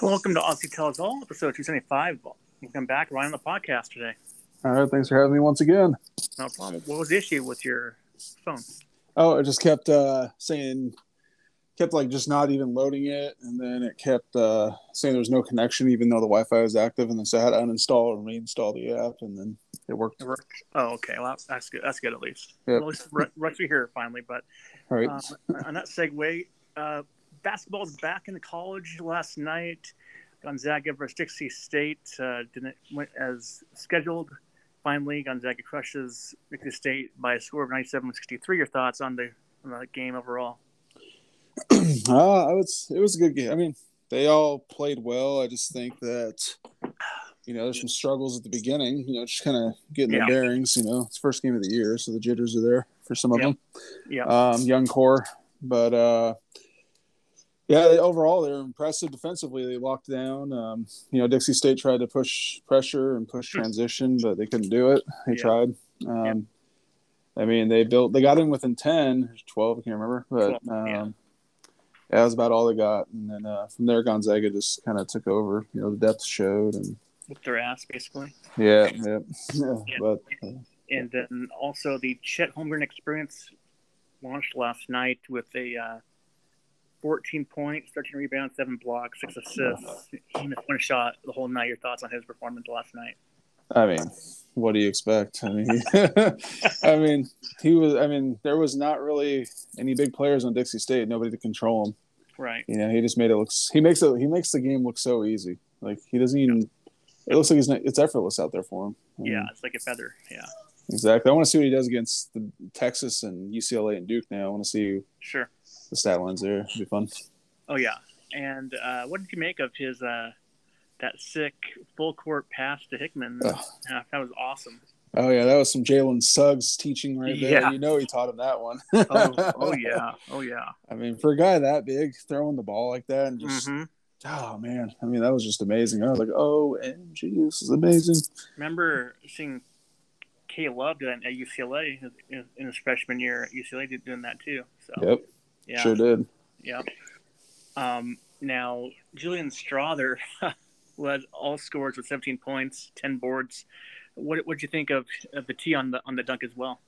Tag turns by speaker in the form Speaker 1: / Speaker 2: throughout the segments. Speaker 1: Welcome to Aussie Tells All, episode 275. Welcome back, Ryan, on the podcast today.
Speaker 2: All right, thanks for having me once again.
Speaker 1: No problem. What was the issue with your phone?
Speaker 2: Oh, it just kept uh, saying, kept like just not even loading it, and then it kept uh, saying there was no connection, even though the Wi-Fi was active, and then so I had to uninstall and reinstall the app, and then it worked.
Speaker 1: It worked. Oh, okay. Well, that's- that's good. That's good at least.
Speaker 2: Yep.
Speaker 1: At least we're, we're actually here finally. But
Speaker 2: All right,
Speaker 1: um, on that segue, uh, basketball's back in the college last night. Gonzaga versus Dixie State uh, didn't went as scheduled. Finally, Gonzaga crushes Dixie State by a score of 97-63. Your thoughts on the, on the game overall?
Speaker 2: uh, I was it was a good game. I mean, they all played well. I just think that you know there's some struggles at the beginning. You know, just kind of getting
Speaker 1: Yeah.
Speaker 2: their bearings. You know, it's first game of the year, so the jitters are there for some of
Speaker 1: Yep.
Speaker 2: them.
Speaker 1: Yeah.
Speaker 2: um, young core. But uh, yeah, they, overall they're impressive defensively. They locked down. Um, you know, Dixie State tried to push pressure and push transition, but they couldn't do it.
Speaker 1: Hmm.
Speaker 2: They
Speaker 1: Yeah.
Speaker 2: tried. Um, I mean, they built. They got in within ten, twelve. I can't remember,
Speaker 1: 12,
Speaker 2: but
Speaker 1: yeah.
Speaker 2: um, yeah, that was about all they got. And then uh, from there, Gonzaga just kind of took over. You know, the depth showed, and
Speaker 1: With their ass, basically.
Speaker 2: yeah, yeah, yeah.
Speaker 1: Yeah.
Speaker 2: But
Speaker 1: And then also the Chet Holmgren experience launched last night with a uh, 14 points, 13 rebounds, seven blocks, six assists. He missed one shot the whole night. Your thoughts on his performance last night?
Speaker 2: I mean, what do you expect? I mean, I mean, he was. I mean, there was not really any big players on Dixie State. Nobody to control him.
Speaker 1: Right.
Speaker 2: You know, he just made it look. He makes it. He makes the game look so easy. Like he doesn't even. It looks like he's not, it's effortless out there for him. I mean,
Speaker 1: Yeah, it's like a feather. Yeah,
Speaker 2: exactly. I want to see what he does against the Texas and UCLA and Duke. Now I want to see
Speaker 1: sure.
Speaker 2: the stat lines there. It'd be fun.
Speaker 1: Oh yeah. And uh, what did you make of his uh, that sick full court pass to Hickman?
Speaker 2: Ugh.
Speaker 1: Yeah, that was awesome.
Speaker 2: Oh yeah, that was some Jalen Suggs teaching right there.
Speaker 1: Yeah.
Speaker 2: You know, he taught him that one.
Speaker 1: Oh, oh yeah. Oh yeah.
Speaker 2: I mean, for a guy that big, throwing the ball like that and just
Speaker 1: hmm
Speaker 2: oh man i mean that was just amazing i was like oh mg this is amazing
Speaker 1: remember seeing K Love doing at UCLA in- in his freshman year at UCLA did doing that too. So
Speaker 2: yep
Speaker 1: Oh, yeah,
Speaker 2: sure did
Speaker 1: yeah. Um, now Julian Strother led all scores with 17 points, 10 boards. What what'd you think of, of the T on the on the dunk as well?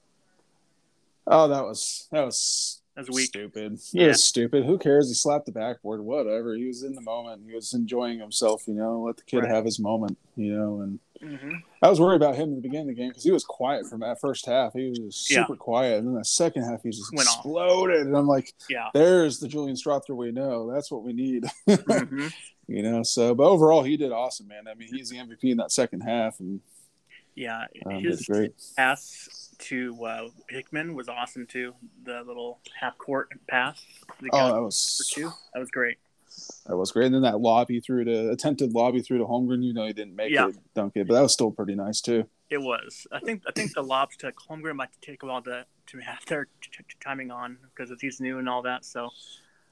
Speaker 2: oh that was that was
Speaker 1: That was weak.
Speaker 2: stupid yeah
Speaker 1: Yeah.
Speaker 2: was stupid who cares he slapped the backboard whatever he was in the moment he was enjoying himself you know let the kid
Speaker 1: Right.
Speaker 2: have his moment you know and
Speaker 1: hmm
Speaker 2: i was worried about him in the beginning of the game because he was quiet from that first half he was just
Speaker 1: Yeah.
Speaker 2: super quiet and then the second half he just
Speaker 1: Went off.
Speaker 2: exploded and i'm like
Speaker 1: Yeah.
Speaker 2: there's the julian strother we know that's what we need
Speaker 1: hmm
Speaker 2: you know so but overall he did awesome man i mean he's the mvp in that second half and
Speaker 1: Yeah.
Speaker 2: um, did
Speaker 1: His
Speaker 2: great
Speaker 1: pass to uh, Hickman was awesome too. The little half court pass. that
Speaker 2: Oh,
Speaker 1: got
Speaker 2: that
Speaker 1: for
Speaker 2: was
Speaker 1: two. That was great.
Speaker 2: that was great. And then that lobby through to attempted lobby through to Holmgren. You know, he didn't make
Speaker 1: Yeah.
Speaker 2: it, dunk it, but that was still pretty nice too.
Speaker 1: It was. I think. I think the lobs to Holmgren might take a while to to have their t- t- timing on because he's new and all that. So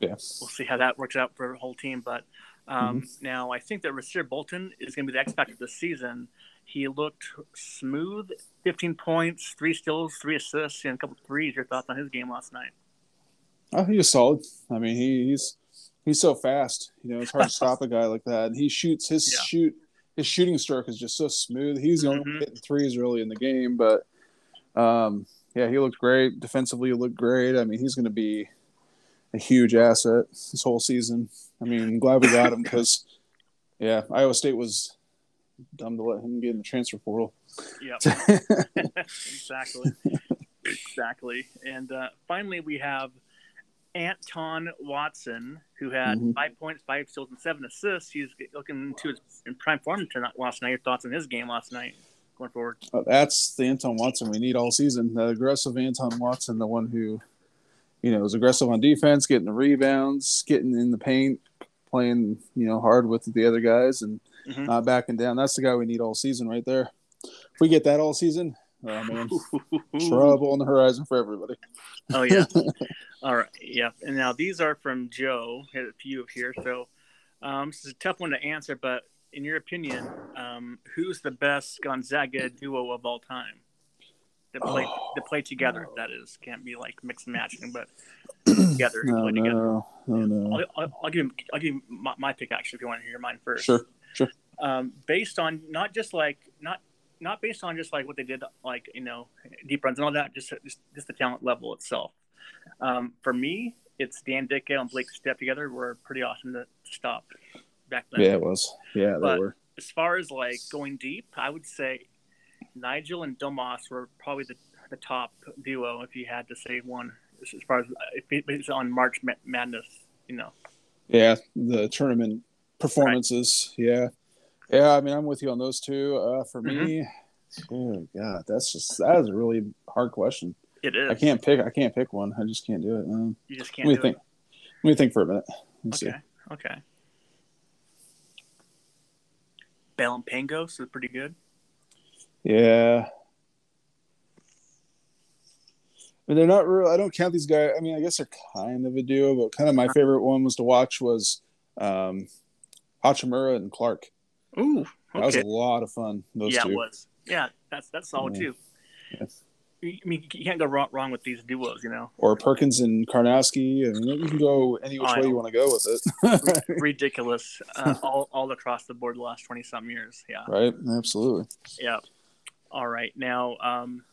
Speaker 2: Yeah,
Speaker 1: we'll see how that works out for the whole team. But um, now I think that Rasir Bolton is going to be the X factor this season. He looked smooth. Fifteen points, three steals, three assists, and a couple threes. Your thoughts on his game last night?
Speaker 2: oh, he was solid. I mean, he, he's he's so fast. You know, it's hard to stop a guy like that. And he shoots his
Speaker 1: Yeah.
Speaker 2: shoot his shooting stroke is just so smooth. He's the only one
Speaker 1: Mhm.
Speaker 2: hitting threes really in the game, but um, yeah, he looked great defensively. He looked great. I mean, he's going to be a huge asset this whole season. I mean, I'm glad we got him because yeah, Iowa State was dumb to let him get in the transfer portal.
Speaker 1: Yep. exactly. exactly. And uh, finally, we have Anton Watson, who had
Speaker 2: Mhm.
Speaker 1: five points, five steals, and seven assists. He's looking to his in prime form tonight. Last night, your thoughts on his game last night going forward?
Speaker 2: Uh, that's the Anton Watson we need all season. The aggressive Anton Watson, the one who, you know, is aggressive on defense, getting the rebounds, getting in the paint, playing, you know, hard with the other guys and
Speaker 1: Mhm.
Speaker 2: not backing down. That's the guy we need all season right there. If we get that all season, oh man, trouble on the horizon for everybody.
Speaker 1: Oh yeah. All right. Yep. And now these are from Joe. Had a few of here, so um, this is a tough one to answer. But in your opinion, um, who's the best Gonzaga duo of all time? that play
Speaker 2: Oh,
Speaker 1: that play together.
Speaker 2: no.
Speaker 1: That is can't be like mixed and matching, but together
Speaker 2: Oh, No,
Speaker 1: play together.
Speaker 2: no, no, no.
Speaker 1: I'll, I'll, I'll give him, I'll give him my, my pick actually if you want to hear mine first.
Speaker 2: Sure.
Speaker 1: Um, based on not just like not not based on just like what they did like you know deep runs and all that, just just, just the talent level itself. Um, for me, it's Dan Dicko and Blake Step together were pretty awesome to stop back then.
Speaker 2: Yeah, it was. Yeah, they
Speaker 1: But-
Speaker 2: were.
Speaker 1: As far as like going deep, I would say Nigel and Domas were probably the, the top duo if you had to say one. As as far as if it's on March Ma- Madness, you know.
Speaker 2: Yeah, the tournament performances. Yeah, yeah. I mean, I'm with you on those two. Uh, for
Speaker 1: Mm-hmm.
Speaker 2: me, oh god, that's just that is a really hard question.
Speaker 1: It is.
Speaker 2: I can't pick. I can't pick one. I just can't do it. Um,
Speaker 1: You just
Speaker 2: let
Speaker 1: can't
Speaker 2: me
Speaker 1: do
Speaker 2: think.
Speaker 1: it.
Speaker 2: Let me think for a minute. Let's
Speaker 1: Okay. Okay. Bell and Pangos is pretty good.
Speaker 2: see. Yeah. I mean, they're not real. I don't count these guys. I mean, I guess they're kind of a duo, but kind of
Speaker 1: Uh-huh.
Speaker 2: my favorite one was to watch was um, Hachimura and Clark.
Speaker 1: Ooh.
Speaker 2: That was
Speaker 1: Okay.
Speaker 2: a lot of fun. Those
Speaker 1: yeah,
Speaker 2: two.
Speaker 1: it was. Yeah, that's that's solid
Speaker 2: Yeah.
Speaker 1: too.
Speaker 2: Yes.
Speaker 1: I mean, you can't go wrong, wrong with these duos, you know.
Speaker 2: or Perkins and Karnowski. I mean, you can go any which
Speaker 1: I
Speaker 2: way
Speaker 1: know.
Speaker 2: you want to go with it,
Speaker 1: Ridiculous, uh, all all across the board, the last twenty some years. Yeah.
Speaker 2: right? Absolutely.
Speaker 1: Yeah. All right. Now, um,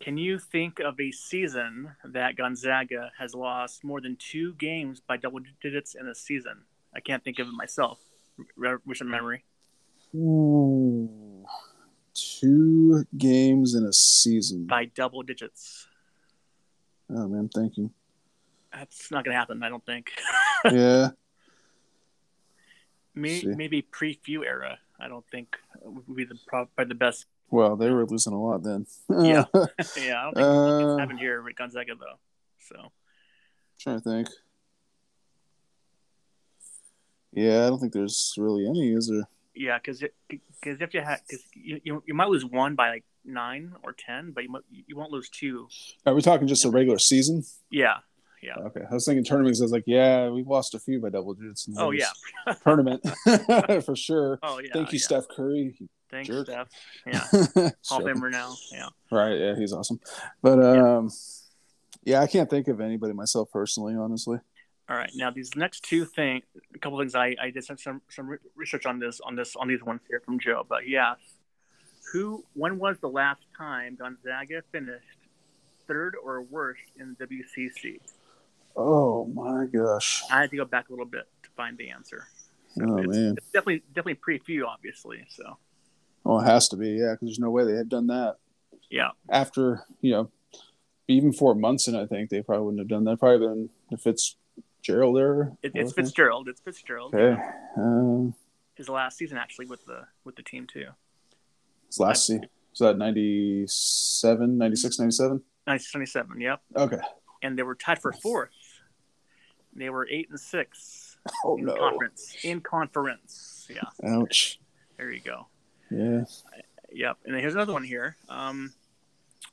Speaker 1: can you think of a season that Gonzaga has lost more than two games by double digits in a season? I can't think of it myself. Re- recent memory.
Speaker 2: Ooh, two games in a season.
Speaker 1: By double digits.
Speaker 2: Oh man, I'm thinking.
Speaker 1: That's not going to happen, I don't think.
Speaker 2: Yeah,
Speaker 1: May-
Speaker 2: See.
Speaker 1: maybe pre few era, I don't think would be the, probably the best.
Speaker 2: well, they were losing a lot then.
Speaker 1: Yeah. yeah, I don't think
Speaker 2: uh,
Speaker 1: it happened here at Gonzaga, though. So,
Speaker 2: trying to think. Yeah, I don't think there's really any, is there?
Speaker 1: yeah, because if you had, because you, you, you might lose one by like nine or 10, but you, mo- you won't lose two
Speaker 2: Are we talking just a regular season?
Speaker 1: Yeah.
Speaker 2: Okay, I was thinking tournaments. I was like, yeah, we've lost a few by double digits. in
Speaker 1: Oh
Speaker 2: this
Speaker 1: yeah.
Speaker 2: tournament for sure.
Speaker 1: Oh yeah.
Speaker 2: Thank you,
Speaker 1: yeah.
Speaker 2: Steph Curry.
Speaker 1: Thanks,
Speaker 2: jerk.
Speaker 1: Steph. Yeah. Hall of
Speaker 2: Joking.
Speaker 1: Famer now. Yeah.
Speaker 2: Right. Yeah, he's awesome. But um, yeah. I can't think of anybody myself personally, honestly.
Speaker 1: All right. Now these next two things, a couple things I, I did some some some re- research on this on this on these ones here from Joe, but he asked, who when was the last time Gonzaga finished third or worse in WCC?
Speaker 2: Oh my gosh.
Speaker 1: I had to go back a little bit to find the answer.
Speaker 2: Oh
Speaker 1: it's,
Speaker 2: man.
Speaker 1: it's definitely definitely pre few obviously. So
Speaker 2: Well, Oh, it has to be. Yeah, because there's no way they had done that
Speaker 1: yeah.
Speaker 2: after you know, even four months in. I think they probably wouldn't have done that. Probably been if it's Gerald there.
Speaker 1: It, it's Fitzgerald. It's Fitzgerald.
Speaker 2: Okay. Um,
Speaker 1: His last season actually with the with the team too.
Speaker 2: it's last see. Was that 97, 96, 97?
Speaker 1: 1977. Yep.
Speaker 2: Okay.
Speaker 1: and they were tied for fourth. They were eight and six
Speaker 2: Oh
Speaker 1: in
Speaker 2: no.
Speaker 1: conference. In conference, yeah.
Speaker 2: Ouch.
Speaker 1: There you go.
Speaker 2: Yeah.
Speaker 1: Yep. And here's another one here. Um,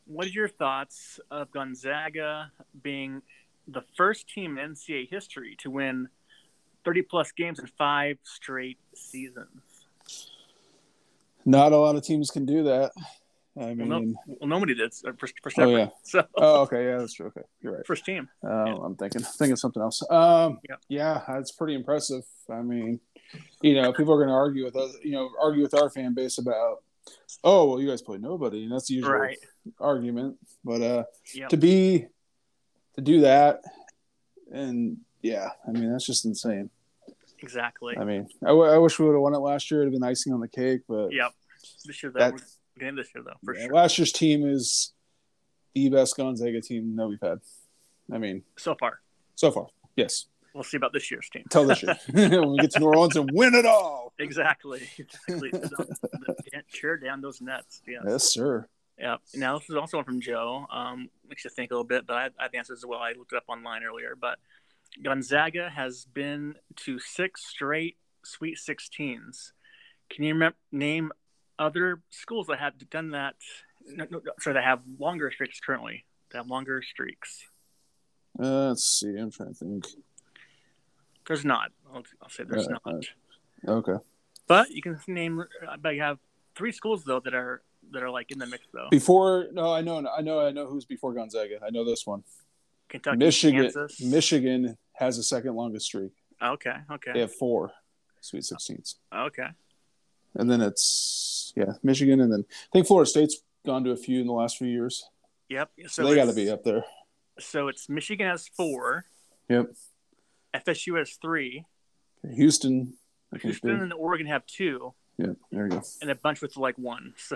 Speaker 1: what are your thoughts of Gonzaga being the first team in NCAA history to win 30 plus games in five straight seasons?
Speaker 2: Not a lot of teams can do that. I mean.
Speaker 1: no. Well, nobody did uh, for, for
Speaker 2: Oh
Speaker 1: separate.
Speaker 2: yeah.
Speaker 1: So
Speaker 2: Oh okay. Yeah, that's true. Okay, you're right.
Speaker 1: first team.
Speaker 2: Um,
Speaker 1: Yeah.
Speaker 2: I'm thinking thinking something else. Um,
Speaker 1: Yeah.
Speaker 2: yeah, that's pretty impressive. I mean, you know, people are going to argue with us, you know, argue with our fan base about, oh, well, you guys play nobody, and that's the usual
Speaker 1: Right.
Speaker 2: argument. But uh,
Speaker 1: Yep.
Speaker 2: to be to do that, and yeah, I mean, that's just insane.
Speaker 1: Exactly.
Speaker 2: I mean, I, w- I wish we would have won it last year; it'd have been icing on the cake. But
Speaker 1: Yep. This year though,
Speaker 2: That-
Speaker 1: we're getting this year though for
Speaker 2: yeah,
Speaker 1: sure.
Speaker 2: last year's team is the best Gonzaga team that we've had. I mean,
Speaker 1: so far,
Speaker 2: so far, yes.
Speaker 1: we'll see about this year's team.
Speaker 2: Tell this year when we get to New Orleans and win it all.
Speaker 1: Exactly. Exactly. Those- the- Tear down those nets. Yeah.
Speaker 2: Yes, sir.
Speaker 1: Yeah. Now this is also one from Joe. Um, makes you think a little bit, but I, I have answers as well. I looked it up online earlier, but Gonzaga has been to six straight Sweet 16s. Can you remem- name other schools that have done that? No, no, no, sorry, that have longer streaks currently. That have longer streaks.
Speaker 2: Uh, let's see. I'm trying to think.
Speaker 1: There's not. I'll, I'll say there's
Speaker 2: Uh,
Speaker 1: not.
Speaker 2: Okay.
Speaker 1: But you can name. But you have three schools though that are that are like in the mix though.
Speaker 2: Before no, I know, I know, I know who's before Gonzaga. I know this one.
Speaker 1: Kentucky,
Speaker 2: Michigan,
Speaker 1: Kansas.
Speaker 2: Michigan has the second longest streak.
Speaker 1: okay, okay,
Speaker 2: They have four Sweet Sixteens,
Speaker 1: okay.
Speaker 2: and then it's yeah, Michigan, and then I think Florida State's gone to a few in the last few years.
Speaker 1: Yep.
Speaker 2: So
Speaker 1: So
Speaker 2: they got to
Speaker 1: it's-
Speaker 2: be up there.
Speaker 1: So it's Michigan has four.
Speaker 2: Yep.
Speaker 1: FSU has three.
Speaker 2: Houston. I think
Speaker 1: Houston and Oregon have two,
Speaker 2: they- Yeah, there you go.
Speaker 1: and a bunch with like one. So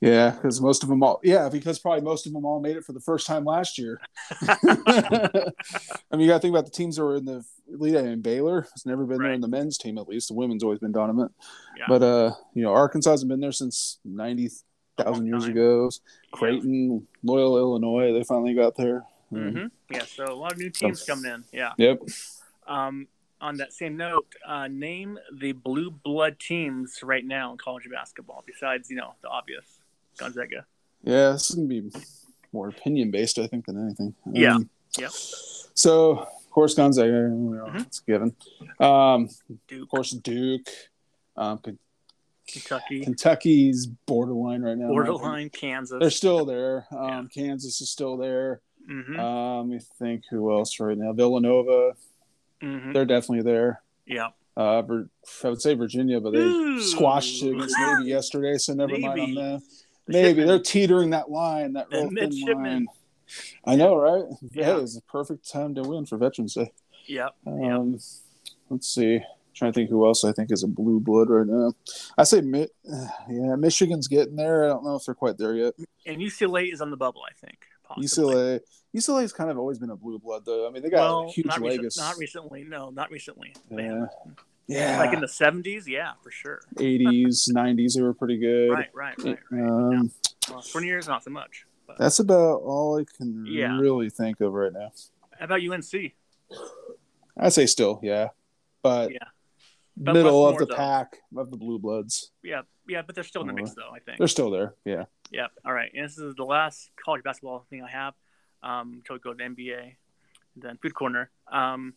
Speaker 2: Yeah, because most of them all. Yeah, because probably most of them all made it for the first time last year. I mean, you got to think about the teams that were in the lead. I mean, Baylor has never been there in the men's team, at least. The women's always been dominant.
Speaker 1: Yeah.
Speaker 2: But, uh, you know, Arkansas hasn't been there since 90,000 years
Speaker 1: Long time.
Speaker 2: ago. Creighton, Loyal, Illinois, they finally got there. Mm.
Speaker 1: hmm yeah, so a lot of new teams coming in. Yeah.
Speaker 2: Yep.
Speaker 1: Um, on that same note, uh, name the blue blood teams right now in college basketball besides you know the obvious Gonzaga.
Speaker 2: Yeah, this is going to be more opinion based, I think, than anything.
Speaker 1: Yeah. Yep.
Speaker 2: So, of course, Gonzaga, you know,
Speaker 1: Mhm.
Speaker 2: it's given. Um,
Speaker 1: Duke,
Speaker 2: of course, Duke. Um, K-
Speaker 1: Kentucky,
Speaker 2: Kentucky's borderline right now.
Speaker 1: borderline
Speaker 2: They're
Speaker 1: Kansas.
Speaker 2: still there. Um, Kansas is still there.
Speaker 1: hmm
Speaker 2: Um, I think who else right now? Villanova.
Speaker 1: hmm
Speaker 2: They're definitely there.
Speaker 1: Yeah.
Speaker 2: Uh, Vir- I would say Virginia, but they
Speaker 1: Ooh.
Speaker 2: squashed it against Navy yesterday, so never mind on
Speaker 1: Navy.
Speaker 2: them.
Speaker 1: The
Speaker 2: Maybe
Speaker 1: Shipman.
Speaker 2: they're teetering that line, that
Speaker 1: The
Speaker 2: real thin
Speaker 1: midshipmen.
Speaker 2: line. I know, right? Yeah,
Speaker 1: Yeah.
Speaker 2: it's a perfect time to win for Veterans eh? Day.
Speaker 1: Yeah. Yeah.
Speaker 2: Um, Let's see. trying to think who else I think is a blue blood right now. I say, Mi- yeah, Michigan's getting there. I don't know if they're quite there yet.
Speaker 1: And UCLA is on the bubble, I think. Possibly.
Speaker 2: UCLA, UCLA's kind of always been a blue blood, though. I mean, they got a
Speaker 1: Well,
Speaker 2: huge
Speaker 1: not, recent-
Speaker 2: legacy.
Speaker 1: not recently. No, not recently. They
Speaker 2: yeah,
Speaker 1: haven't.
Speaker 2: yeah.
Speaker 1: Like in the 70s? Yeah, for sure.
Speaker 2: 80s, 90s, they were pretty good.
Speaker 1: Right, right, right. right.
Speaker 2: Um,
Speaker 1: Well, 20 years, not so much. But
Speaker 2: That's about all I can
Speaker 1: Yeah.
Speaker 2: really think of right now.
Speaker 1: how about UNC?
Speaker 2: I say still, yeah, but
Speaker 1: Yeah. But
Speaker 2: middle
Speaker 1: what's more,
Speaker 2: of the
Speaker 1: though?
Speaker 2: pack of the blue bloods.
Speaker 1: Yeah, yeah, but they're still in the
Speaker 2: uh,
Speaker 1: mix, though, I think.
Speaker 2: They're still there. Yeah,
Speaker 1: Yep. All right. And this is the last college basketball thing I have um, until we go to the NBA, then Food Corner. Um,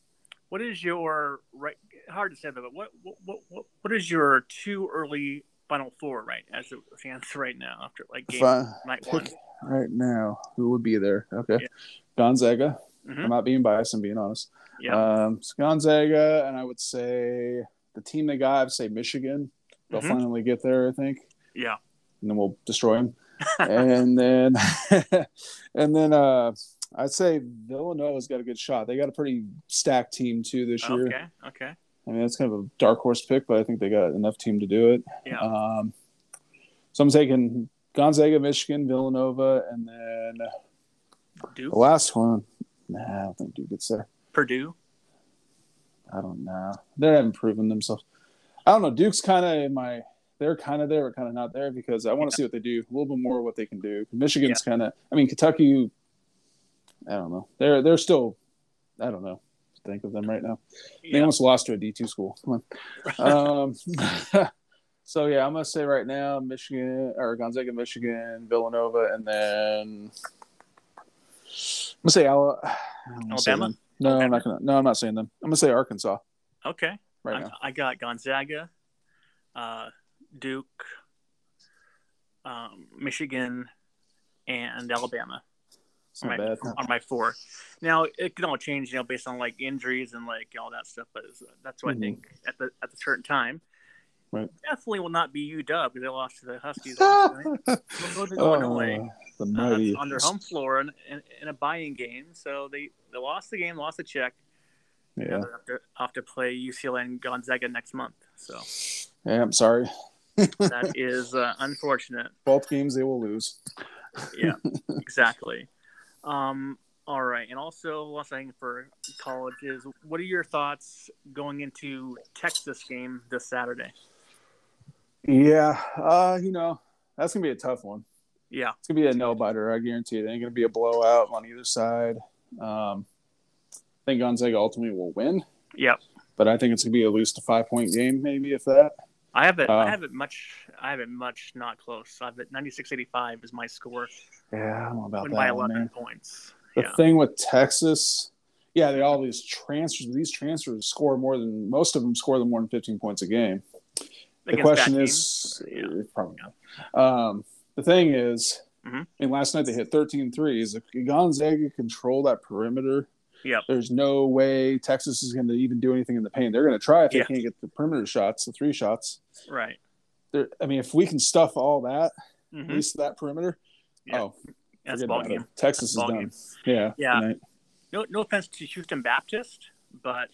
Speaker 1: what is your right? Hard to say, but what what what what, what is your two early Final Four right as it stands right now after like game
Speaker 2: if I
Speaker 1: night
Speaker 2: pick
Speaker 1: one?
Speaker 2: right now, who would be there? Okay,
Speaker 1: Yeah.
Speaker 2: Gonzaga.
Speaker 1: Mhm.
Speaker 2: I'm not being biased. I'm being honest.
Speaker 1: Yeah.
Speaker 2: Um, so Gonzaga, and I would say the team they got. I'd say Michigan. They'll
Speaker 1: Mhm.
Speaker 2: finally get there, I think,
Speaker 1: yeah.
Speaker 2: and then we'll destroy them. and then, and then, uh, I'd say Villanova's got a good shot. They got a pretty stacked team too this year.
Speaker 1: Okay. Okay.
Speaker 2: I mean, that's kind of a dark horse pick, but I think they got enough team to do it.
Speaker 1: Yeah.
Speaker 2: Um, so I'm taking Gonzaga, Michigan, Villanova, and then
Speaker 1: Duke,
Speaker 2: the last one. Nah, I don't think Duke gets there.
Speaker 1: Purdue.
Speaker 2: I don't know. They haven't proven themselves. I don't know. Duke's kind of in my. They're kind of there, but kind of not there because I want to see what they do. A little bit more what they can do. Michigan's kind of. I mean, Kentucky. I don't know. They're they're still. I don't know. Think of them right now. They
Speaker 1: Yeah.
Speaker 2: almost lost to a D two school. Come on. um, so yeah, I'm gonna say right now, Michigan or Gonzaga, Michigan, Villanova, and then I'm gonna say Ala- I'm gonna say
Speaker 1: Alabama?
Speaker 2: them. No, I'm not gonna. No, I'm not saying them. I'm gonna say Arkansas
Speaker 1: Okay.
Speaker 2: right
Speaker 1: I,
Speaker 2: now.
Speaker 1: I got Gonzaga, uh, Duke, um, Michigan, and Alabama
Speaker 2: It's
Speaker 1: on
Speaker 2: not
Speaker 1: my,
Speaker 2: bad.
Speaker 1: on my four. Now it can all change, you know, based on like injuries and like all that stuff. But it's- uh, that's what
Speaker 2: Mhm.
Speaker 1: I think at the at the certain time.
Speaker 2: Right.
Speaker 1: Definitely will not be UW because they lost to the Huskies. last night. Go to Illinois.
Speaker 2: Oh, the
Speaker 1: Uh, that's
Speaker 2: mighty
Speaker 1: on their home floor in, in, in a buying game. So they, they lost the game, lost the check.
Speaker 2: Yeah.
Speaker 1: Now they have to, have to play UCLA and Gonzaga next month. So
Speaker 2: yeah, I'm sorry.
Speaker 1: that is uh, unfortunate.
Speaker 2: Both games they will lose.
Speaker 1: Yeah, exactly. Um, all right. And also, last thing for college is what are your thoughts going into Texas game this Saturday?
Speaker 2: Yeah, uh, you know that's gonna be a tough one.
Speaker 1: Yeah.
Speaker 2: It's gonna be a nail biter. I guarantee it. It ain't gonna be a blowout on either side. Um, I think Gonzaga ultimately will win,
Speaker 1: Yep.
Speaker 2: but I think it's gonna be at least a five point game, maybe if that.
Speaker 1: I have it.
Speaker 2: Uh,
Speaker 1: I have it much. I have it much not close. I have it ninety six eighty five is my score
Speaker 2: Yeah, I don't know about
Speaker 1: win
Speaker 2: that.
Speaker 1: by
Speaker 2: one,
Speaker 1: eleven
Speaker 2: man.
Speaker 1: points.
Speaker 2: The
Speaker 1: yeah.
Speaker 2: thing with Texas, yeah, they all these transfers. These transfers score more than most of them score them more than fifteen points a game. the
Speaker 1: against
Speaker 2: question
Speaker 1: that
Speaker 2: is
Speaker 1: team. Yeah.
Speaker 2: eh, probably not. Um, the thing is,
Speaker 1: Mhm.
Speaker 2: I mean, last night they hit 13 threes. If Gonzaga control that perimeter,
Speaker 1: Yep.
Speaker 2: there's no way Texas is going to even do anything in the paint. They're going to try if
Speaker 1: Yeah.
Speaker 2: they can't get the perimeter shots, the three shots.
Speaker 1: right.
Speaker 2: They're, I mean, if we can stuff all that, at
Speaker 1: hmm
Speaker 2: least that perimeter.
Speaker 1: Yeah.
Speaker 2: Oh,
Speaker 1: That's
Speaker 2: forget
Speaker 1: ball
Speaker 2: about it.
Speaker 1: game.
Speaker 2: Texas
Speaker 1: Ball
Speaker 2: is done.
Speaker 1: game.
Speaker 2: Yeah.
Speaker 1: Yeah.
Speaker 2: tonight.
Speaker 1: No, no offense to Houston Baptist, but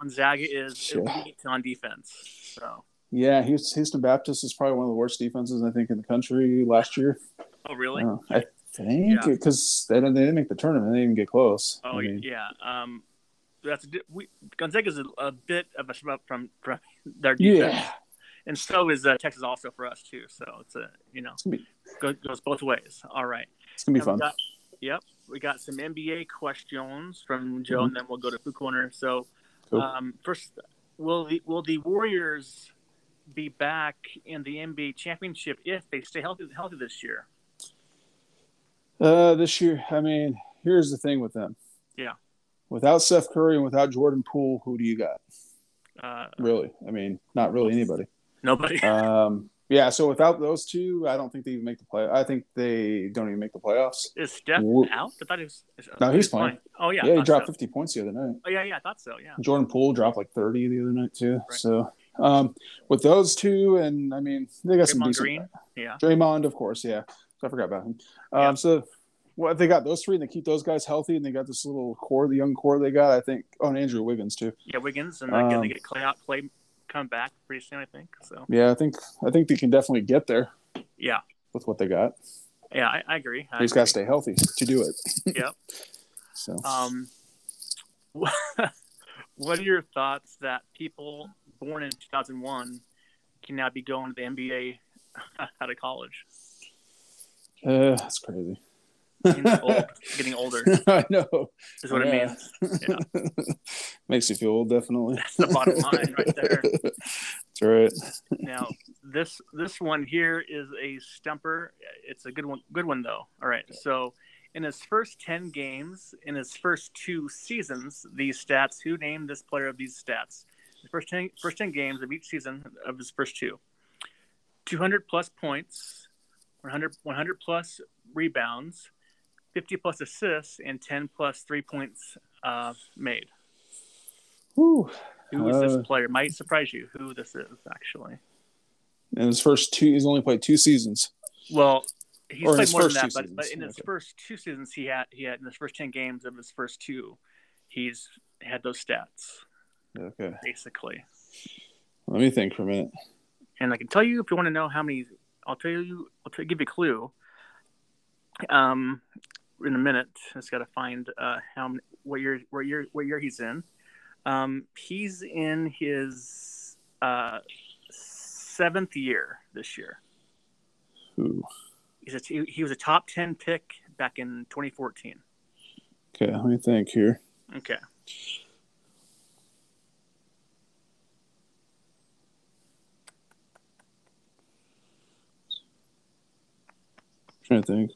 Speaker 1: Gonzaga is
Speaker 2: Sure.
Speaker 1: elite on defense. So,
Speaker 2: Yeah, Houston Houston Baptist is probably one of the worst defenses I think in the country last year.
Speaker 1: oh really?
Speaker 2: Uh, I think
Speaker 1: Yeah.
Speaker 2: because they didn't they didn't make the tournament, they didn't even get close.
Speaker 1: Oh
Speaker 2: I mean,
Speaker 1: yeah. Um, that's a di- we, Gonzaga's a, a bit of a step up from, from their defense,
Speaker 2: yeah,
Speaker 1: and so is uh, Texas also for us too. So it's a you know
Speaker 2: it's gonna be
Speaker 1: go, goes both ways. All right.
Speaker 2: it's gonna be
Speaker 1: And
Speaker 2: fun.
Speaker 1: We got, yep, we got some NBA questions from Joe, and then we'll go to food corner. So,
Speaker 2: Mm-hmm. Cool.
Speaker 1: um, first, will the will the Warriors be back in the NBA championship if they stay healthy healthy this year?
Speaker 2: Uh, this year, I mean, here's the thing with them.
Speaker 1: Yeah.
Speaker 2: Without Seth Curry and without Jordan Poole, who do you got?
Speaker 1: Uh,
Speaker 2: Really? I mean, not really anybody.
Speaker 1: nobody.
Speaker 2: Um, yeah. So without those two, I don't think they even make the play. I think they don't even make the playoffs.
Speaker 1: Is Steph
Speaker 2: Wo-
Speaker 1: out? I thought he was. I thought
Speaker 2: No,
Speaker 1: he
Speaker 2: he's
Speaker 1: was playing.
Speaker 2: fine.
Speaker 1: Oh yeah. I
Speaker 2: Yeah, he
Speaker 1: thought
Speaker 2: dropped
Speaker 1: so.
Speaker 2: 50 points the other night.
Speaker 1: Oh yeah, yeah. I thought so. Yeah.
Speaker 2: Jordan Poole dropped like 30 the other night too.
Speaker 1: Right.
Speaker 2: So um, with those two, and I mean they got some
Speaker 1: Draymond
Speaker 2: decent.
Speaker 1: Green. Yeah.
Speaker 2: Draymond, of course, yeah. I forgot about him. Um,
Speaker 1: Yeah.
Speaker 2: So well, if they got those three and they keep those guys healthy, and they got this little core, the young core they got. I think oh, and Andrew Wiggins too.
Speaker 1: Yeah. Wiggins, and they're
Speaker 2: Um,
Speaker 1: gonna get Clay out. Clay come back pretty soon, I think. So
Speaker 2: Yeah, I think I think they can definitely get there
Speaker 1: yeah,
Speaker 2: with what they got.
Speaker 1: yeah. I, I agree. I
Speaker 2: They just got to stay healthy to do it.
Speaker 1: Yep.
Speaker 2: So
Speaker 1: Um, what what are your thoughts that people born in 2001 can now be going to the NBA out of college?
Speaker 2: uh, that's crazy.
Speaker 1: Getting, old, getting older
Speaker 2: I know.
Speaker 1: is what
Speaker 2: Yeah.
Speaker 1: it means. Yeah.
Speaker 2: Makes you feel old, definitely.
Speaker 1: That's the bottom line right there.
Speaker 2: That's right.
Speaker 1: Now this this one here is a stumper. It's a good one. Good one though. All right. So in his first 10 games in his first two seasons, these stats. Who named this player of these stats? The first 10 first 10 games of each season of his first two. 200 plus points, 100 100 plus rebounds, 50 plus assists, and 10 plus three points uh, made.
Speaker 2: Whew.
Speaker 1: Who is
Speaker 2: Uh.
Speaker 1: this player? Might surprise you who this is actually.
Speaker 2: In his first two, he's only played two seasons.
Speaker 1: Well, he's
Speaker 2: Or in
Speaker 1: played
Speaker 2: his
Speaker 1: more than
Speaker 2: first
Speaker 1: that,
Speaker 2: two
Speaker 1: but, but in
Speaker 2: seasons.
Speaker 1: his
Speaker 2: Okay.
Speaker 1: first two seasons, he had he had in his first ten games of his first two, he's had those stats
Speaker 2: Okay.
Speaker 1: basically.
Speaker 2: Let me think for a minute.
Speaker 1: And I can tell you if you want to know how many, I'll tell you. I'll tell, give you a clue. Um, in a minute, it's got to find uh how many- what year what year what year he's in. Um, he's in his uh seventh year this year.
Speaker 2: Ooh.
Speaker 1: He's a, he he was a top ten pick back in 2014.
Speaker 2: Okay, let me think here.
Speaker 1: Okay.
Speaker 2: trying to think.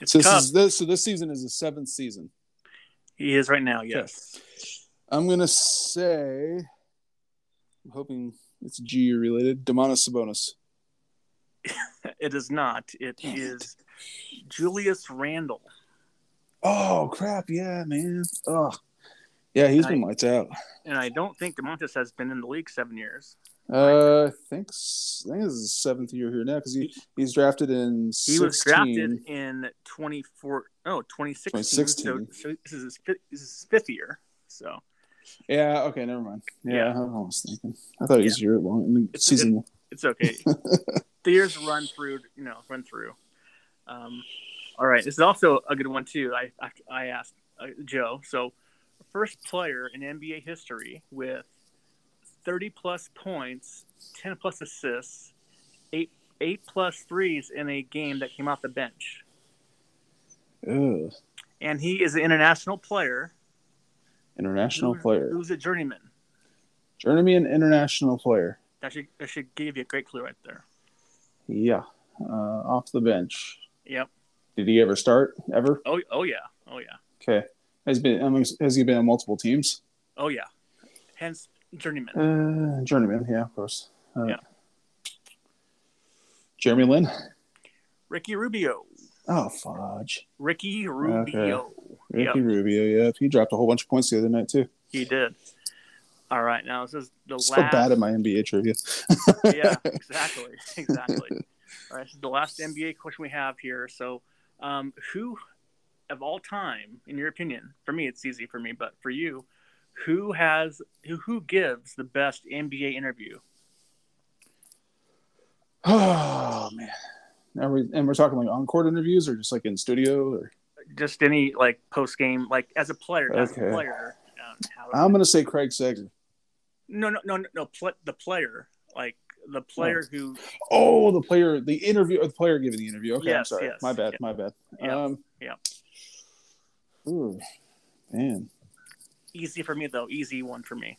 Speaker 1: It's
Speaker 2: So this
Speaker 1: tough.
Speaker 2: is this. So this season is the seventh season.
Speaker 1: He is right now. Yes.
Speaker 2: I'm gonna say. I'm hoping it's G related. Demonis Sabonis.
Speaker 1: It is not. It
Speaker 2: Damn it.
Speaker 1: is Julius Randall.
Speaker 2: Oh crap! Yeah, man. Oh, yeah. He's been lights out.
Speaker 1: And I don't think DeMontis has been in the league seven years.
Speaker 2: Uh, I think s- I think this is his seventh year here now because he, he's drafted in
Speaker 1: He
Speaker 2: 16.
Speaker 1: was drafted in 24, no, 2016.
Speaker 2: 2016.
Speaker 1: So, so this, is his, fi- this is his fifth year. So
Speaker 2: Yeah. Okay. Never mind. Yeah,
Speaker 1: Yeah.
Speaker 2: I was thinking. I thought he was year long. I mean,
Speaker 1: It's-
Speaker 2: season.
Speaker 1: it's okay. the years run through, you know, run through. Um, all right. This is also a good one, too. I, I, I asked uh, Joe. So, first player in NBA history with 30 plus points, 10 plus assists, eight, eight plus threes in a game that came off the bench.
Speaker 2: Ugh.
Speaker 1: And he is an international player
Speaker 2: international
Speaker 1: who-
Speaker 2: player.
Speaker 1: who's a journeyman.
Speaker 2: Journeyman international player.
Speaker 1: That should, that should give you a great clue right there.
Speaker 2: Yeah. Uh, off the bench.
Speaker 1: Yep.
Speaker 2: Did he ever start? Ever?
Speaker 1: Oh, oh yeah. Oh, yeah.
Speaker 2: Okay. Has been um, has he been on multiple teams?
Speaker 1: Oh yeah. Hence journeyman.
Speaker 2: Uh, journeyman, yeah, of course. Uh,
Speaker 1: Yeah.
Speaker 2: Jeremy Lin.
Speaker 1: Ricky Rubio.
Speaker 2: Oh fudge.
Speaker 1: Ricky Rubio.
Speaker 2: Ricky Rubio. Yeah, he dropped a whole bunch of points the other night too.
Speaker 1: He did. All right, now this is the
Speaker 2: So
Speaker 1: last.
Speaker 2: bad at my NBA trivia.
Speaker 1: yeah, exactly, exactly. All right, this is the last NBA question we have here. So, um, who of all time, in your opinion, for me it's easy for me, but for you, who has who who gives the best NBA interview?
Speaker 2: Oh man. Are we, and we're talking like on court interviews or just like in studio or
Speaker 1: Just any like post game, like as a player, as a
Speaker 2: Okay.
Speaker 1: player. Um, how-
Speaker 2: I'm gonna say Craig Sexton.
Speaker 1: no, no, no, no, no. Pl- the player, like the player who
Speaker 2: Oh, the player, the interview, the player giving the interview. Okay, I'm
Speaker 1: Yes,
Speaker 2: sorry.
Speaker 1: yes,
Speaker 2: my bad,
Speaker 1: yeah.
Speaker 2: my bad.
Speaker 1: Yeah,
Speaker 2: um,
Speaker 1: yeah.
Speaker 2: Ooh, man,
Speaker 1: easy for me though, easy one for me.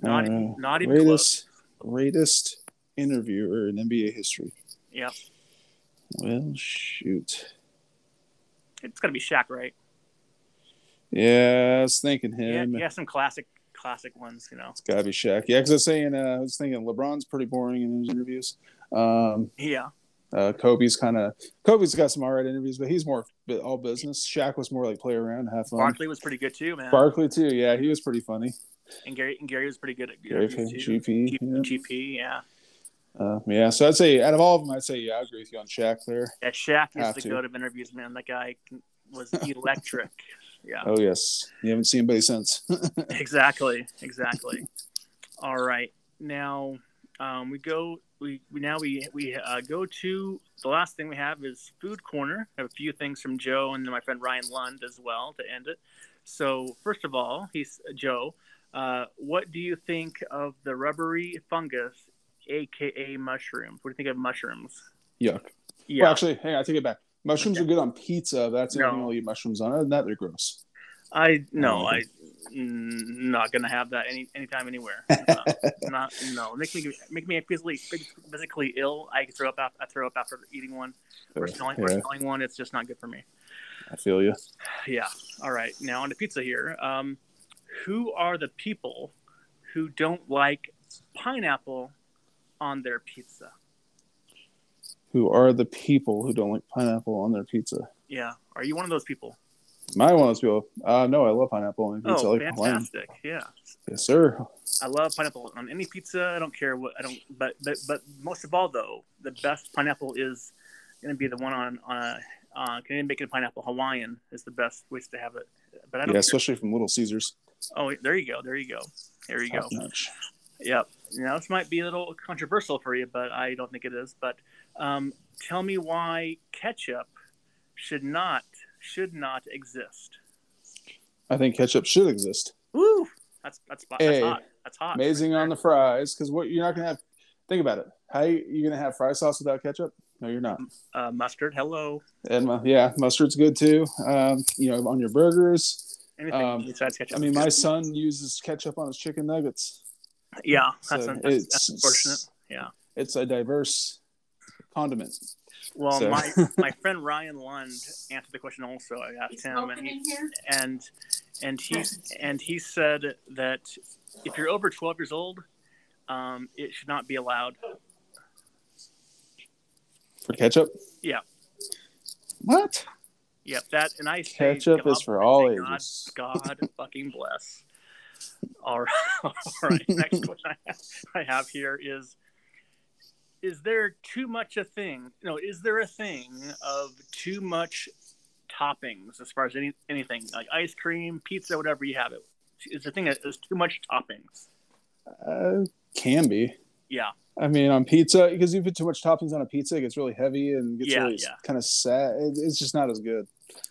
Speaker 1: Not
Speaker 2: Uh,
Speaker 1: not even close.
Speaker 2: greatest, greatest interviewer in NBA history.
Speaker 1: Yeah,
Speaker 2: Well, shoot.
Speaker 1: it's gotta be Shaq, right?
Speaker 2: Yeah, I was thinking
Speaker 1: Yeah,
Speaker 2: him.
Speaker 1: yeah, some classic classic ones, you know.
Speaker 2: It's gotta be Shaq. Yeah, because I was saying, uh, I was thinking LeBron's pretty boring in his interviews. Um,
Speaker 1: Yeah,
Speaker 2: Uh, Kobe's kind of Kobe's got some all right interviews, but he's more bu- all business. Shaq was more like play around, have fun. Barkley,
Speaker 1: Barkley was pretty good too, man.
Speaker 2: too, yeah, he was pretty funny.
Speaker 1: and Gary and Gary was pretty good at
Speaker 2: Gary
Speaker 1: interviews, too.
Speaker 2: GP, yeah.
Speaker 1: G- GP, yeah.
Speaker 2: Uh, yeah, so I'd say out of all of them, I'd say yeah, I agree with you on Shaq there.
Speaker 1: Yeah, Shaq is
Speaker 2: Have
Speaker 1: the
Speaker 2: to.
Speaker 1: goat of interviews, man. That guy was electric. yeah,
Speaker 2: Oh yes, you haven't seen anybody since.
Speaker 1: exactly, exactly. All right, now um, we go. We, we now we we uh, go to the last thing we have is food corner. I have a few things from Joe and then my friend Ryan Lund as well to end it. So first of all, he's Joe. Uh, what do you think of the rubbery fungus, aka mushrooms? What do you think of mushrooms?
Speaker 2: Yuck.
Speaker 1: Yeah,
Speaker 2: Well, actually, hey, I take it back. Mushrooms
Speaker 1: Okay.
Speaker 2: are good on pizza. That's the
Speaker 1: No.
Speaker 2: only thing I'll eat mushrooms on. Other than that, they're gross.
Speaker 1: I no, I
Speaker 2: Okay.
Speaker 1: mm, not gonna have that any anytime anywhere. No, not no, make me make me physically physically ill. I throw up. af- I throw up after eating one or smelling or
Speaker 2: Yeah,
Speaker 1: smelling one. It's just not good for me.
Speaker 2: I feel you.
Speaker 1: Yeah. All right. Now on to pizza here. Um, who are the people who don't like pineapple on their pizza?
Speaker 2: Who are the people who don't like pineapple on their pizza?
Speaker 1: Yeah. Are you one of those people?
Speaker 2: My one of those people. Uh, no, I love pineapple on my pizza.
Speaker 1: Oh,
Speaker 2: I like plain.
Speaker 1: fantastic. Yeah.
Speaker 2: Yes, sir.
Speaker 1: I love pineapple on any pizza. I don't care what I don't, but but but most of all though, the best pineapple is going to be the one on on a, uh, Canadian bacon pineapple Hawaiian is the best place to have it. But I don't.
Speaker 2: Yeah, especially from Little Caesars.
Speaker 1: Oh, there you go. There you go. There you go.
Speaker 2: Top notch.
Speaker 1: Yep. Now this might be a little controversial for you, but I don't think it is. But um, tell me why ketchup should not should not exist.
Speaker 2: I think ketchup should exist.
Speaker 1: Woo! That's that's, that's
Speaker 2: Hey,
Speaker 1: hot. That's hot.
Speaker 2: Amazing on the fries because what you're not gonna have. Think about it. How you, you gonna have fry sauce without ketchup? No, you're not.
Speaker 1: uh, mustard. Hello.
Speaker 2: And mu- yeah, mustard's good too. Um, you know, on your burgers.
Speaker 1: Anything
Speaker 2: Um,
Speaker 1: besides ketchup.
Speaker 2: I mean, my son uses ketchup on his chicken nuggets.
Speaker 1: Yeah, that's,
Speaker 2: So
Speaker 1: un- that's,
Speaker 2: it's-
Speaker 1: that's unfortunate. Yeah.
Speaker 2: It's a diverse condiment.
Speaker 1: Well,
Speaker 2: so-
Speaker 1: my my friend Ryan Lund answered the question also. I asked him, and he, and and he and he said that if you're over 12 years old, um, it should not be allowed.
Speaker 2: For ketchup?
Speaker 1: Yeah.
Speaker 2: What?
Speaker 1: Yep, that and I say
Speaker 2: Ketchup
Speaker 1: God-
Speaker 2: is for all
Speaker 1: I say God,
Speaker 2: ages.
Speaker 1: God fucking bless. All right, all right. Next question I have, I have here is: Is there too much a thing? No, is there a thing of too much toppings as far as any anything like ice cream, pizza, whatever you have it? Is the thing that is too much toppings?
Speaker 2: Uh, can be.
Speaker 1: Yeah,
Speaker 2: I mean, on pizza, because you put too much toppings on a pizza, it gets really heavy and gets
Speaker 1: Yeah,
Speaker 2: really
Speaker 1: yeah.
Speaker 2: kind of sad. It, it's just not as good.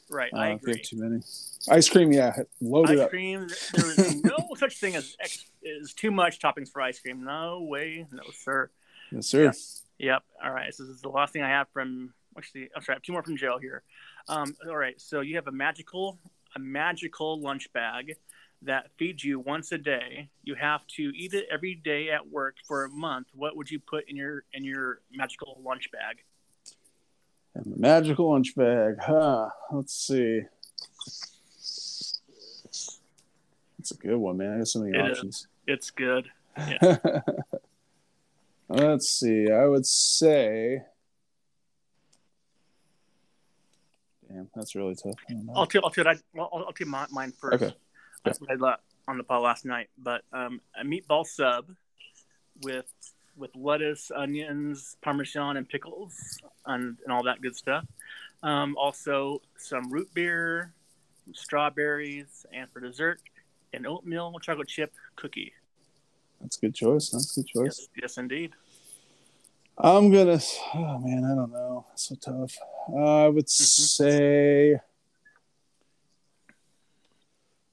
Speaker 1: right.
Speaker 2: Uh,
Speaker 1: I
Speaker 2: if you have
Speaker 1: agree.
Speaker 2: Too many. Ice cream, yeah, load it
Speaker 1: Ice
Speaker 2: up.
Speaker 1: cream. There is no such thing as ex- is too much toppings for ice cream. No way, no sir.
Speaker 2: Yes, sir.
Speaker 1: Yeah. Yep. All right. So this is the last thing I have from actually. I'm sorry. I have two more from Joe here. Um, all right. So you have a magical, a magical lunch bag that feeds you once a day. You have to eat it every day at work for a month. What would you put in your in your magical lunch bag?
Speaker 2: And the magical lunch bag, huh? Let's see. It's a good one, man. I got so many
Speaker 1: It is.
Speaker 2: options.
Speaker 1: It's good.
Speaker 2: Let's see. I would say. Damn, that's really tough. I don't know.
Speaker 1: I'll tell I'll tell that- well, I'll, I'll tell my, mine first.
Speaker 2: Okay.
Speaker 1: That's what I got on the pod last night. But um, a meatball sub with with lettuce, onions, parmesan, and pickles, and, and all that good stuff. Um, also, some root beer, some strawberries, and for dessert, an oatmeal chocolate chip cookie.
Speaker 2: That's a good choice. That's a good choice.
Speaker 1: Yes, yes, indeed.
Speaker 2: I'm gonna. Oh man, I don't know. It's so tough. Uh, I would say.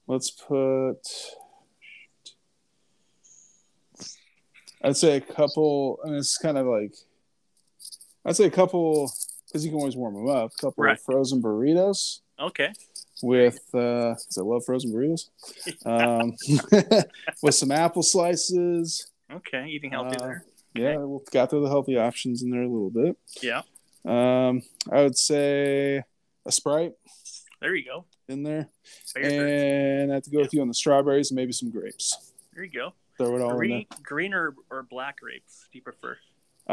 Speaker 2: Let's put. I'd say a couple, and it's kind of like. I'd say a couple, because you can always warm them up. A couple
Speaker 1: Right.
Speaker 2: of frozen burritos
Speaker 1: Okay.
Speaker 2: with, because I love frozen burritos, um, with some apple slices.
Speaker 1: Okay. Eating healthy
Speaker 2: Uh,
Speaker 1: there.
Speaker 2: Yeah, we'll got through the healthy options in there a little bit.
Speaker 1: Yeah.
Speaker 2: Um, I would say a Sprite
Speaker 1: There you go.
Speaker 2: in there,
Speaker 1: There you go.
Speaker 2: and I have to go with you on the strawberries and maybe some grapes.
Speaker 1: There you go.
Speaker 2: Throw it all in
Speaker 1: Green, green or, or black grapes? Do you prefer?
Speaker 2: there.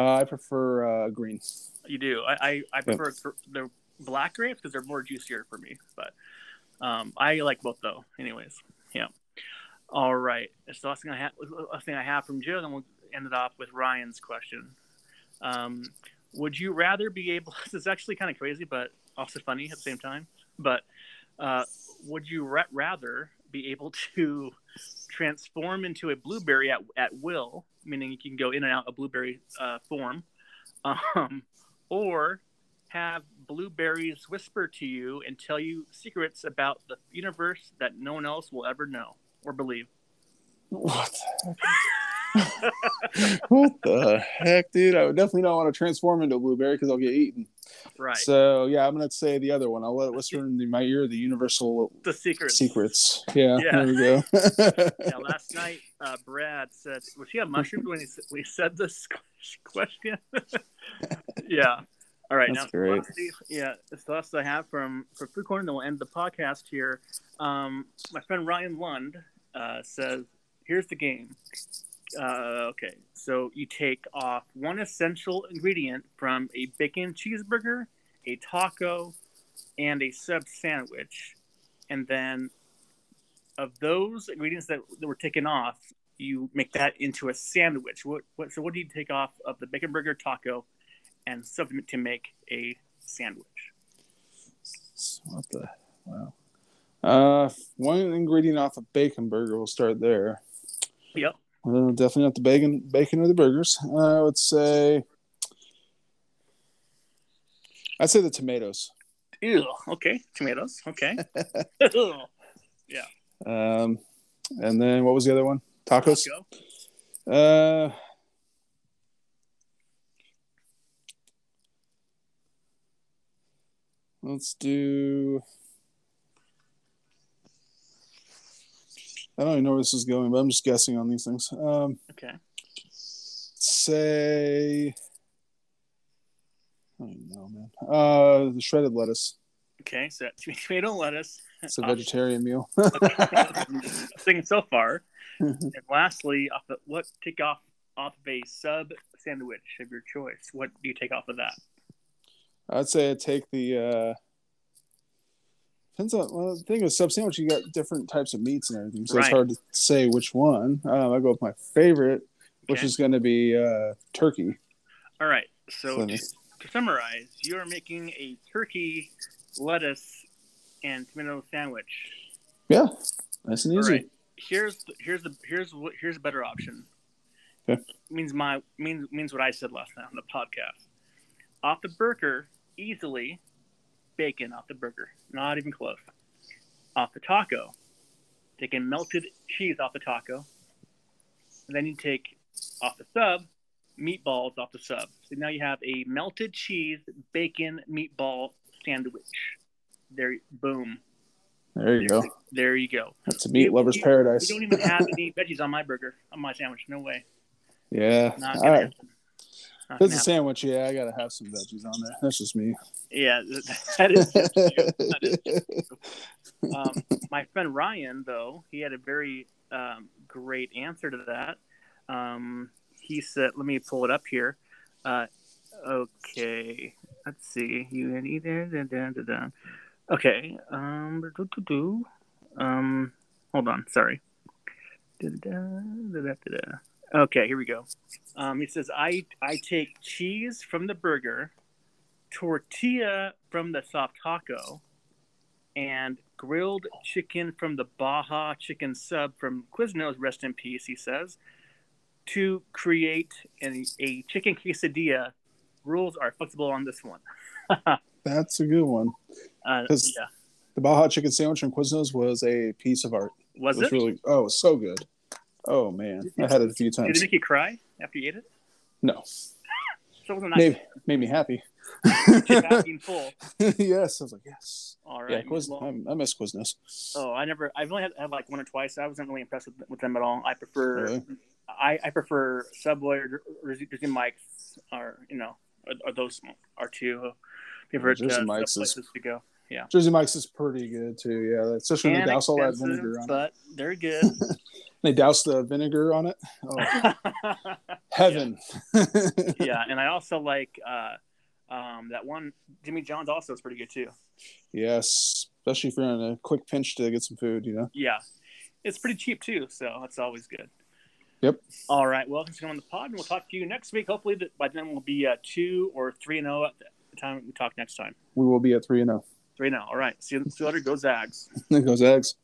Speaker 2: Uh, I prefer uh, green.
Speaker 1: You do. I I, I prefer gr- the black grapes because they're more juicier for me. But um, I like both though. Anyways, yeah. All right. That's the last thing I have. Last thing I have from Joe. Then we'll end it off with Ryan's question. Um, would you rather be able? This is actually kind of crazy, but also funny at the same time. But uh, would you ra- rather be able to transform into a blueberry at, at will, meaning you can go in and out of blueberry uh, form, um, or have blueberries whisper to you and tell you secrets about the universe that no one else will ever know or believe.
Speaker 2: What? The heck? what the heck, dude? I would definitely not want to transform into a blueberry because I'll get eaten.
Speaker 1: Right.
Speaker 2: So yeah, I'm gonna say the other one. I'll let it whisper in my ear the universal
Speaker 1: the secrets.
Speaker 2: secrets. Yeah,
Speaker 1: Yeah.
Speaker 2: there we go.
Speaker 1: Yeah, last night, uh, Brad said, "Was he on mushrooms when he s- when he said this question?" yeah. All right.
Speaker 2: That's
Speaker 1: now,
Speaker 2: great.
Speaker 1: lastly- yeah, it's the last I have from for food corn, and then we'll end the podcast here. Um, my friend Ryan Lund uh, says, "Here's the game." Uh, okay, so you take off one essential ingredient from a bacon cheeseburger, a taco, and a sub sandwich, and then of those ingredients that, that were taken off, you make that into a sandwich. What, what so what do you take off of the bacon burger taco and supplement to make a sandwich?
Speaker 2: What the wow. Uh, one ingredient off of bacon burger. We'll start there.
Speaker 1: Yep.
Speaker 2: Uh, definitely not the bacon, bacon or the burgers. Uh, I would say, I'd say the tomatoes.
Speaker 1: Ew. Okay. Tomatoes. Okay.
Speaker 2: Um, and then what was the other one? Tacos.
Speaker 1: Taco.
Speaker 2: Uh, let's do. I don't even know where this is going, but I'm just guessing on these things. Um,
Speaker 1: Okay.
Speaker 2: say, I don't even know, man. Uh, the shredded lettuce.
Speaker 1: Okay. So that's tomato lettuce.
Speaker 2: It's a vegetarian meal.
Speaker 1: Thing so far. and lastly, off the, what take off off of a sub sandwich of your choice? What do you take off of that?
Speaker 2: I'd say I take the uh depends on well the thing with sub sandwich you got different types of meats and everything, so it's
Speaker 1: Right.
Speaker 2: hard to say which one. Um, I go with my favorite, which
Speaker 1: Okay.
Speaker 2: is going to be uh turkey.
Speaker 1: All right. So
Speaker 2: So
Speaker 1: to,
Speaker 2: this-
Speaker 1: to summarize, you are making a turkey, lettuce, and tomato sandwich.
Speaker 2: Yeah, nice and
Speaker 1: All
Speaker 2: easy.
Speaker 1: right. Here's the, here's the here's what here's a better option.
Speaker 2: Okay.
Speaker 1: Means my means means what I said last night on the podcast. Off the burger, easily bacon off the burger. Not even close. Off the taco, taking melted cheese off the taco. And then you take off the sub, meatballs off the sub. So now you have a melted cheese bacon meatball sandwich. There, boom.
Speaker 2: There you go.
Speaker 1: There you go.
Speaker 2: That's a meat
Speaker 1: We-
Speaker 2: lover's
Speaker 1: we- We
Speaker 2: paradise.
Speaker 1: don't even have any veggies on my burger, on my sandwich. No way.
Speaker 2: Yeah,
Speaker 1: Not
Speaker 2: All
Speaker 1: gonna
Speaker 2: right.
Speaker 1: happen. Not
Speaker 2: If
Speaker 1: gonna
Speaker 2: it's a
Speaker 1: happen.
Speaker 2: sandwich. Yeah, I gotta have some veggies on there. That's just me.
Speaker 1: Yeah, that is. That is um, my friend Ryan, though, he had a very um, great answer to that. Um, he said, let me pull it up here. Uh, okay, let's see. You and either. Da, da, da, da. Okay. Um, do, do, do. um, hold on. Sorry. Da, da, da, da, da, da. Okay, here we go. Um, he says, I, I take cheese from the burger, tortilla from the soft taco, and grilled chicken from the Baja chicken sub from Quiznos, rest in peace, he says, to create an, a chicken quesadilla. Rules are flexible on this one. uh,
Speaker 2: That's a good one. Because-
Speaker 1: yeah.
Speaker 2: The Baja chicken sandwich from Quiznos was a piece of art.
Speaker 1: Was
Speaker 2: it was
Speaker 1: it?
Speaker 2: really oh, it was so good. Oh man, I had it a few
Speaker 1: Did it
Speaker 2: times.
Speaker 1: make you cry after you ate it?
Speaker 2: No,
Speaker 1: So it wasn't that
Speaker 2: made, made me happy.
Speaker 1: Shit, that being full.
Speaker 2: yes, I was like yes.
Speaker 1: All
Speaker 2: Yeah,
Speaker 1: right.
Speaker 2: Quiz,
Speaker 1: well,
Speaker 2: I, I miss Quiznos.
Speaker 1: oh, I never. I've only had, had like one or twice. I wasn't really impressed with, with them at all. I prefer.
Speaker 2: Really?
Speaker 1: I, I prefer Subway or or Jersey Mike's, or you know, are, are those are two favorite
Speaker 2: Jersey
Speaker 1: uh,
Speaker 2: Mike's is-
Speaker 1: places to go.
Speaker 2: Jersey Mike's is pretty good too. Yeah, that's especially when
Speaker 1: And
Speaker 2: they douse all that
Speaker 1: expensive,
Speaker 2: vinegar on. it.
Speaker 1: but they're good.
Speaker 2: They douse the vinegar on it. Oh, heaven.
Speaker 1: yeah, and I also like uh, um, that one. Jimmy John's also is pretty good too.
Speaker 2: yes, especially if you're in a quick pinch to get some food. You know.
Speaker 1: Yeah, it's pretty cheap too, so that's always good.
Speaker 2: Yep.
Speaker 1: All right. Well, thanks for coming on the pod, and we'll talk to you next week. Hopefully, that by then we'll be uh, two or three and zero at the time we talk next time. oh,
Speaker 2: we will be at three and
Speaker 1: Three and zero. All right. See you, see you later. Go Zags.
Speaker 2: zero. Goes eggs.